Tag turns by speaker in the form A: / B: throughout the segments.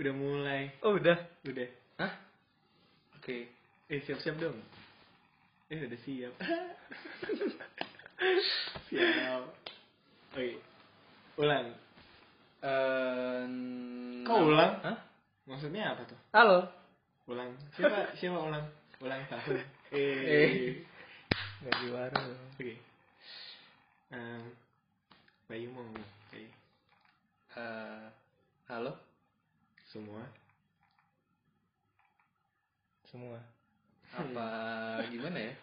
A: Udah mulai.
B: Oh udah.
A: Udah.
B: Hah?
A: Oke. Eh siap-siap dong. Eh udah siap. siap. Oke. Ulang.
B: Eh,
A: Kok ulang?
B: Hah?
A: Maksudnya apa tuh?
B: Halo.
A: Ulang. Siapa siapa ulang? Ulang tahun.
B: Eh.
A: Eh.
B: Gak di warung.
A: Oke. Em, Bayu mau eh,
B: Eh, halo
A: semua.
B: semua. Apa gimana ya?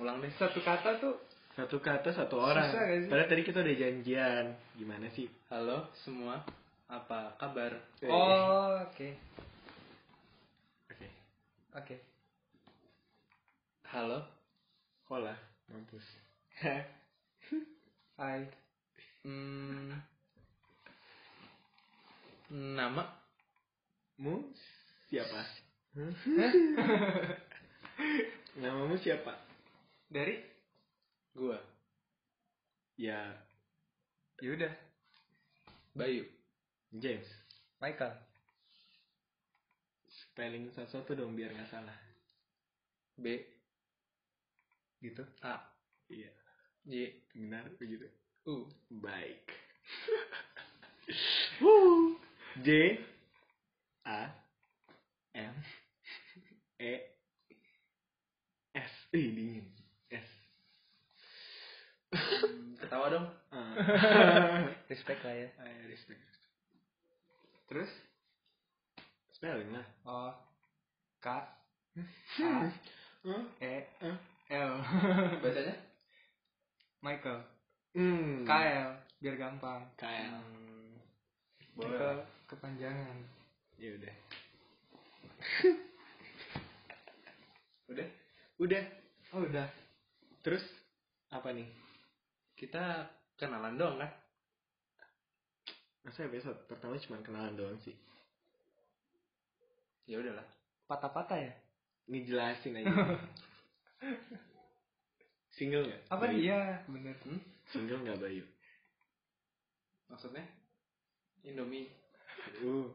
B: Ulang deh satu kata tuh.
A: Satu kata satu orang.
B: Susah gak sih?
A: Padahal tadi kita udah janjian. Gimana sih?
B: Halo semua. Apa kabar?
A: Eh.
B: Oh, oke.
A: Oke.
B: Oke. Halo.
A: Kola, mampus.
B: Hai. Hmm. Nama?
A: Mu siapa? Hmm? Namamu siapa?
B: Dari? Gua.
A: Ya,
B: Yaudah. Bayu.
A: James.
B: Michael.
A: Spelling satu-satu dong biar nggak salah.
B: B.
A: Gitu?
B: A.
A: Iya.
B: J.
A: Benar begitu.
B: U.
A: Baik. Woo. J A M E S. Ih, dingin. S.
B: Ketawa dong.
A: Ah.
B: Respect lah ya.
A: I respect.
B: Terus?
A: Spelling lah.
B: O. K.
A: Huh?
B: E.
A: Huh?
B: L. Bacanya? Michael.
A: Hmm.
B: KL. Biar gampang.
A: KL.
B: Michael kepanjangan.
A: Ya udah.
B: Udah?
A: Udah.
B: Oh udah.
A: Terus apa nih?
B: Kita kenalan doang kan?
A: Masa episode pertama cuma kenalan doang sih.
B: Ya udahlah. Patah-patah ya?
A: Ngejelasin aja. Single nggak?
C: Apa
A: Bayu?
C: iya? Bener.
B: Hmm?
A: Single nggak Bayu?
B: Maksudnya? Indomie.
A: Uh.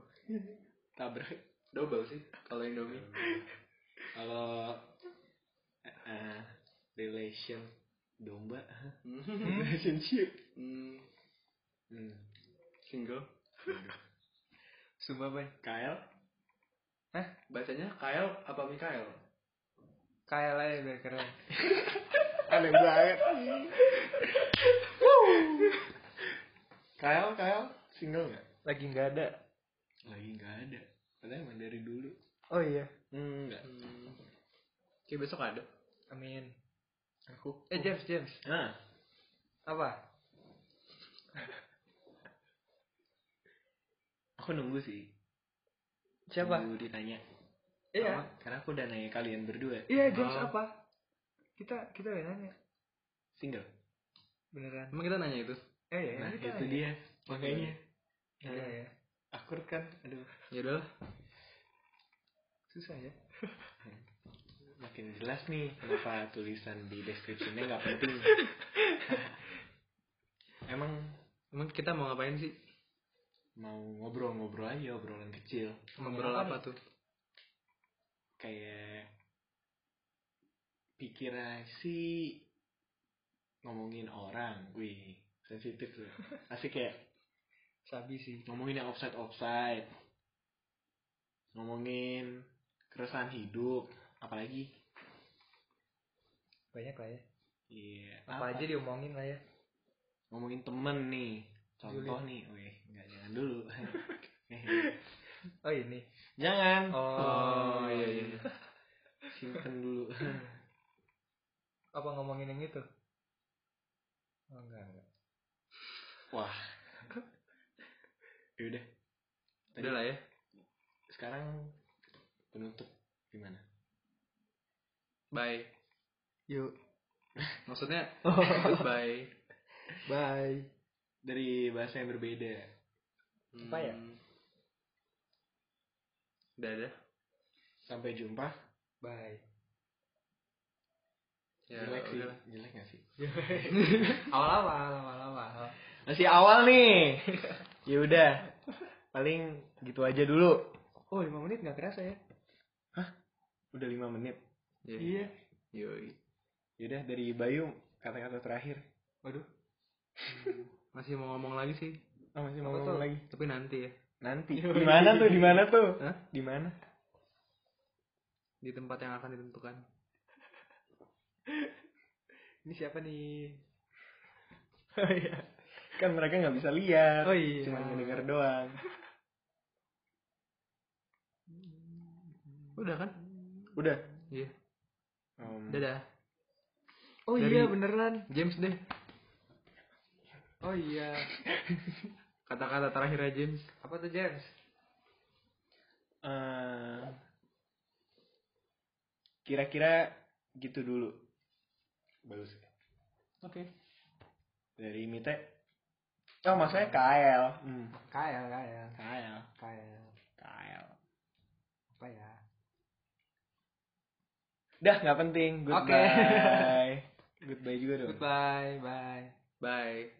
A: Tabrak.
B: Double sih kalau Indomie.
A: Kalau eh, eh, relation domba,
B: Hmm.
A: relationship.
B: Hmm,
A: Hmm.
B: Single.
C: Sumpah, Bay.
A: KL
B: Bacanya Kyle apa Mikael?
C: Kayak lah ya biar keren.
A: aneh banget. KL KL single nggak?
C: Lagi nggak ada.
A: Lagi nggak ada. Padahal emang dari dulu.
C: Oh iya.
A: Hmm, enggak.
B: Hmm. Oke, besok ada.
C: Amin.
A: Aku.
C: Eh, James, James.
A: Nah,
C: Apa?
A: aku nunggu sih.
C: Siapa?
B: Hmm,
A: Nunggu ditanya.
C: Iya.
A: Sama, karena aku udah nanya kalian berdua.
C: Iya, James
B: Oh.
C: apa? Kita kita udah nanya.
A: Single.
C: Beneran.
B: Emang kita nanya itu?
C: Eh, ya,
A: Nah,
C: kita
A: itu
C: nanya.
A: dia. Makanya. Nah,
C: Iya, ya.
A: Akur kan? Aduh.
B: Ya udahlah.
C: Susah ya.
A: Makin jelas nih kenapa tulisan di description-nya nggak penting. Emang
B: Emang kita mau ngapain sih?
A: mau ngobrol-ngobrol aja obrolan kecil
B: Ngobrol
C: apa
B: apa tuh?
A: kayak pikiran sih ngomongin orang, wih sensitif tuh. Asik kayak
C: Sabi sih.
A: ngomongin yang offside offside, ngomongin keresahan hidup, apalagi
C: Banyak lah ya.
A: Iya.
C: Apa, aja diomongin lah ya.
A: Ngomongin temen nih. Contoh nih. Wih, enggak jangan dulu.
C: Oh, ini.
A: jangan.
C: Oh,
B: iya iya.
A: Simpen dulu.
C: Apa ngomongin yang itu? Oh, enggak, enggak.
A: Wah. Yaudah. Tadi-
B: Udah lah ya.
A: Sekarang penutup gimana?
B: Bye.
C: Yuk. Oh.
B: Maksudnya goodbye.
C: Bye.
A: Dari bahasa yang berbeda.
B: Hmm.
C: Apa ya?
B: Dadah.
A: Sampai jumpa.
C: Bye.
B: Ya
A: Jelek sih.
B: udah.
A: Jelek gak sih?
C: Awal-awal, awal-awal.
A: Masih awal nih. Yaudah. Ya paling gitu aja dulu
C: Oh, 5 menit nggak kerasa ya?
A: udah lima menit
B: Iya. Yoi.
A: yaudah dari Bayu kata-kata terakhir
C: Waduh.
B: Masih mau ngomong lagi sih,
A: oh, masih mau
C: Apa
A: ngomong
C: tuh?
A: lagi
B: tapi nanti ya.
A: nanti
C: Yoi.
A: di mana tuh di mana tuh
B: Hah?
A: di mana
B: Di tempat yang akan ditentukan.
C: Ini siapa nih?
A: oh, iya. kan mereka nggak bisa lihat
C: Oh, iya.
A: cuma mendengar doang
B: Udah kan?
A: udah
B: Iya.
A: Em,
B: Dadah.
C: Oh
B: Dari-
C: iya beneran.
B: James deh.
C: Oh iya.
B: Kata-kata terakhir aja James.
C: Apa tuh James?
A: eh, kira-kira gitu dulu bagus
C: Oke.
A: dari Mite oh maksudnya KL hmm.
C: Kael, kael,
A: KL
C: kael.
A: KL
C: Apa ya?
A: dah nggak penting
C: Oke.
A: goodbye goodbye juga dong
C: Goodbye, bye.
B: Bye.